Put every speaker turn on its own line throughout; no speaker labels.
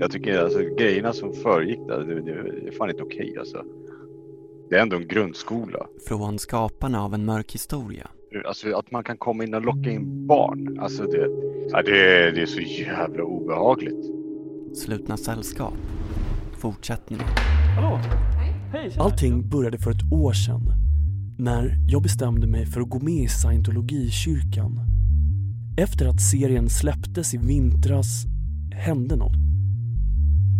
Jag tycker alltså grejerna som föregick det, det, det är fan inte okej alltså. Det är ändå en grundskola.
Från skaparna av en mörk historia.
Alltså att man kan komma in och locka in barn. Alltså det, ja, det, det är så jävla obehagligt.
Slutna sällskap. Fortsättning.
Hallå! Hej! tjena.
Allting började för ett år sedan när jag bestämde mig för att gå med i scientologikyrkan. Efter att serien släpptes i vintras hände något.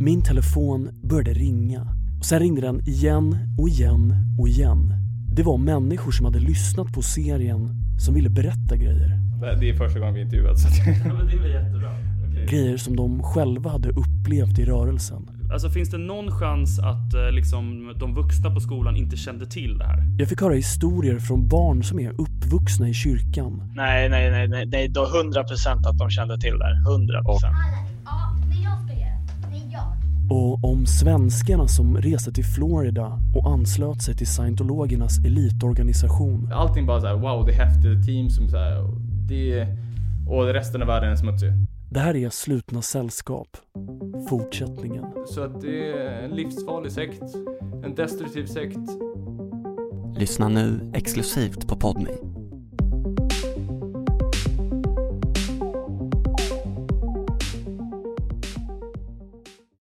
Min telefon började ringa och sen ringde den igen och igen och igen. Det var människor som hade lyssnat på serien som ville berätta grejer.
Det det är första gången vi intervjuats. så att-
Ja, men det blir jättebra. Okej.
Grejer som de själva hade upplevt i rörelsen.
Alltså finns det någon chans att eh, liksom, de vuxna på skolan inte kände till det här?
Jag fick höra historier från barn som är uppvuxna i kyrkan
Nej, nej, nej, nej, nej. Då 100 procent att de kände till det. här. 100 procent.
Ja, men jag ska göra. Men jag.
och om svenskarna som reste till Florida och anslöt sig till scientologernas elitorganisation.
Allting bara såhär wow det är häftigt team som såhär det och resten av världen är smutsig.
Det här är Slutna sällskap. Fortsättningen.
Så att det är en livsfarlig sekt, en destruktiv sekt.
Lyssna nu exklusivt på Podmi.